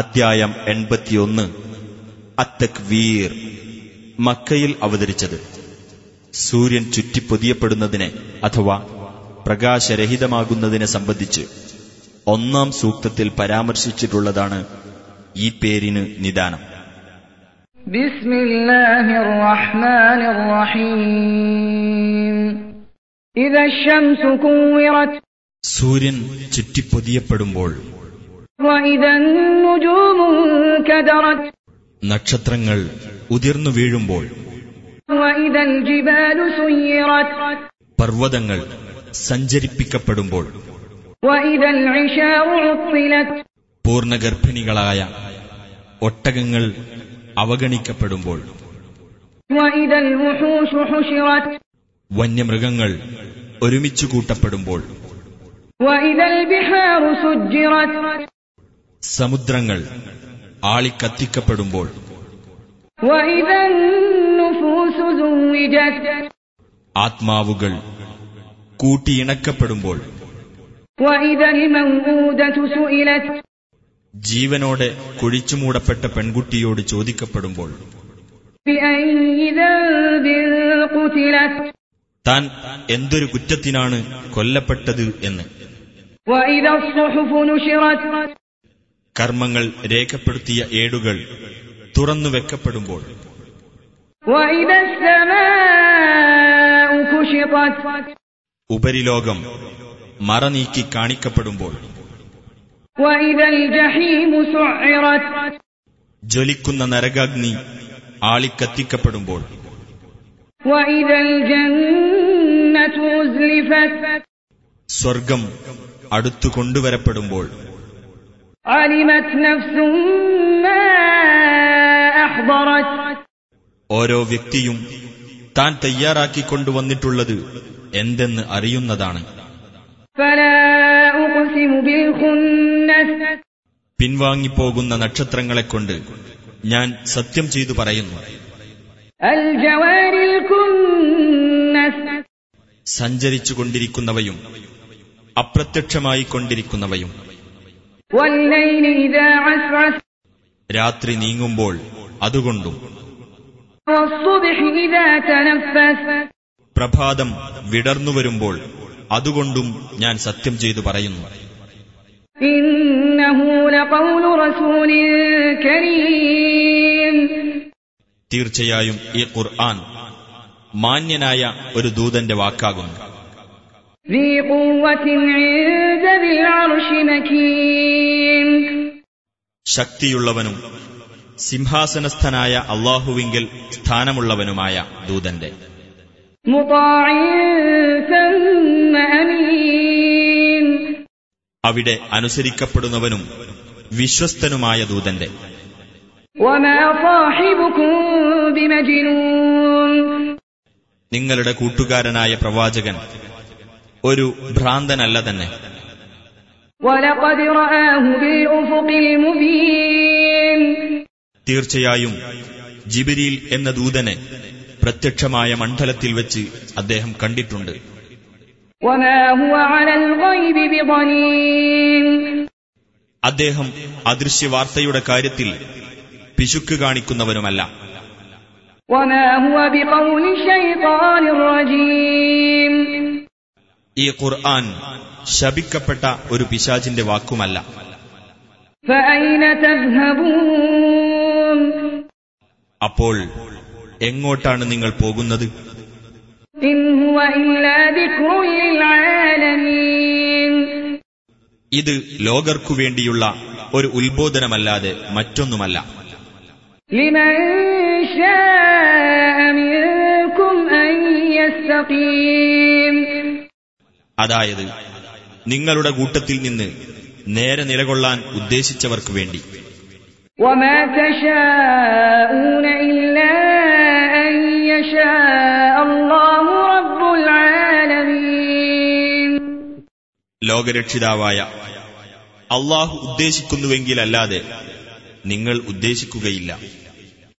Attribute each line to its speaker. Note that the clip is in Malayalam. Speaker 1: അദ്ധ്യായം എൺപത്തിയൊന്ന് അത്തക് വീർ മക്കയിൽ അവതരിച്ചത് സൂര്യൻ ചുറ്റിപ്പൊതിയപ്പെടുന്നതിനെ അഥവാ പ്രകാശരഹിതമാകുന്നതിനെ സംബന്ധിച്ച് ഒന്നാം സൂക്തത്തിൽ പരാമർശിച്ചിട്ടുള്ളതാണ് ഈ പേരിന് നിദാനം
Speaker 2: بسم الله الرحمن الرحيم إذا الشمس كورت
Speaker 1: സൂര്യൻ ചുറ്റിപ്പൊതിയപ്പെടുമ്പോൾ
Speaker 2: وإذا النجوم انكدرت
Speaker 1: നക്ഷത്രങ്ങൾ ഉതിർന്നു വീഴുമ്പോൾ
Speaker 2: وإذا الجبال سيرت
Speaker 1: പർവ്വതങ്ങൾ സഞ്ചരിപ്പിക്കപ്പെടുമ്പോൾ
Speaker 2: وإذا العشار عطلت
Speaker 1: പൂർണ്ണഗർഭിണികളായ ഒട്ടകങ്ങൾ അവഗണിക്കപ്പെടുമ്പോൾ
Speaker 2: وإذا الوحوش حشرت
Speaker 1: വന്യമൃഗങ്ങൾ ഒരുമിച്ചു കൂട്ടപ്പെടുമ്പോൾ
Speaker 2: وإذا البحار سجرت
Speaker 1: സമുദ്രങ്ങൾ ആളിക്കത്തിക്കപ്പെടുമ്പോൾ
Speaker 2: وإذا النفوس زوجت
Speaker 1: ആത്മാവുകൾ കൂട്ടിയിണക്കപ്പെടുമ്പോൾ
Speaker 2: وإذا الموءودة سئلت
Speaker 1: ജീവനോടെ കുഴിച്ചുമൂടപ്പെട്ട പെൺകുട്ടിയോട് ചോദിക്കപ്പെടുമ്പോൾ
Speaker 2: بأي ذنب قتلت
Speaker 1: താൻ എന്തൊരു കുറ്റത്തിനാണ് കൊല്ലപ്പെട്ടത് എന്ന്
Speaker 2: وإذا الصحف نشرت
Speaker 1: കർമ്മങ്ങൾ രേഖപ്പെടുത്തിയ ഏടുകൾ തുറന്നു വെക്കപ്പെടുമ്പോൾ
Speaker 2: وإذا السماء كشطت
Speaker 1: ഉപരിലോകം മറനീക്കി കാണിക്കപ്പെടുമ്പോൾ
Speaker 2: وإذا الجحيم سعرت
Speaker 1: ജ്വലിക്കുന്ന നരകാഗ്നി ആളിക്കത്തിക്കപ്പെടുമ്പോൾ
Speaker 2: وإذا الجنة أزلفت
Speaker 1: സ്വർഗം അടുത്തു കൊണ്ടുവരപ്പെടുമ്പോൾ
Speaker 2: علمت نفس ما أحضرت
Speaker 1: ഓരോ വ്യക്തിയും താൻ തയ്യാറാക്കിക്കൊണ്ടുവന്നിട്ടുള്ളത് എന്തെന്ന് അറിയുന്നതാണ്
Speaker 2: فلا أقسم بالخنس
Speaker 1: പിൻവാങ്ങിപ്പോകുന്ന നക്ഷത്രങ്ങളെക്കൊണ്ട് ഞാൻ സത്യം ചെയ്തു പറയുന്നു
Speaker 2: الجوار الكنس
Speaker 1: സഞ്ചരിച്ചു കൊണ്ടിരിക്കുന്നവയും അപ്രത്യക്ഷമായി കൊണ്ടിരിക്കുന്നവയും
Speaker 2: والليل إذا عسعس
Speaker 1: രാത്രി നീങ്ങുമ്പോൾ അതുകൊണ്ടും
Speaker 2: والصبح إذا تنفس
Speaker 1: പ്രഭാതം വിടർന്നു വരുമ്പോൾ അതുകൊണ്ടും ഞാൻ സത്യം ചെയ്തു പറയുന്നു
Speaker 2: إنه لقول رسول كريم
Speaker 1: തീർച്ചയായും ഈ ഖുർആൻ മാന്യനായ ഒരു ദൂതന്റെ വാക്കാകുന്നു
Speaker 2: ذي قوة عند ذي العرش مكين
Speaker 1: ശക്തിയുള്ളവനും സിംഹാസനസ്ഥനായ അള്ളാഹുവിങ്കിൽ സ്ഥാനമുള്ളവനുമായ ദൂതന്റെ
Speaker 2: مطاع ثم أمين
Speaker 1: അവിടെ അനുസരിക്കപ്പെടുന്നവനും വിശ്വസ്തനുമായ ദൂതന്റെ
Speaker 2: وما صاحبكم بمجنون
Speaker 1: നിങ്ങളുടെ കൂട്ടുകാരനായ പ്രവാചകൻ ഒരു ഭ്രാന്തനല്ല തന്നെ
Speaker 2: ولقد رآه بالأفق المبين
Speaker 1: തീർച്ചയായും ജിബിരിയിൽ എന്ന ദൂതനെ പ്രത്യക്ഷമായ മണ്ഡലത്തിൽ വെച്ച് അദ്ദേഹം കണ്ടിട്ടുണ്ട്
Speaker 2: وما هو على الغيب بضنين
Speaker 1: അദ്ദേഹം അദൃശ്യവാർത്തയുടെ കാര്യത്തിൽ പിശുക്ക് കാണിക്കുന്നവനുമല്ല
Speaker 2: وما هو بقول شيطان رجيم
Speaker 1: ഈ ഖുർആൻ ശപിക്കപ്പെട്ട ഒരു പിശാചിന്റെ വാക്കുമല്ല
Speaker 2: فأين تذهبون
Speaker 1: അപ്പോൾ എങ്ങോട്ടാണ് നിങ്ങൾ പോകുന്നത്
Speaker 2: إن هو إلا ذكر للعالمين
Speaker 1: ഇത് ലോകർക്കു വേണ്ടിയുള്ള ഒരു ഉത്ബോധനമല്ലാതെ മറ്റൊന്നുമല്ല
Speaker 2: لمن شاء منكم أن يستقيم
Speaker 1: അതായത് നിങ്ങളുടെ കൂട്ടത്തിൽ നിന്ന് നേരെ നിലകൊള്ളാൻ ഉദ്ദേശിച്ചവർക്കു വേണ്ടി
Speaker 2: وما تشاءون إلا أن يشاء الله رب العالمين
Speaker 1: ലോകരക്ഷിതാവായ അള്ളാഹു ഉദ്ദേശിക്കുന്നുവെങ്കിലല്ലാതെ നിങ്ങൾ ഉദ്ദേശിക്കുകയില്ല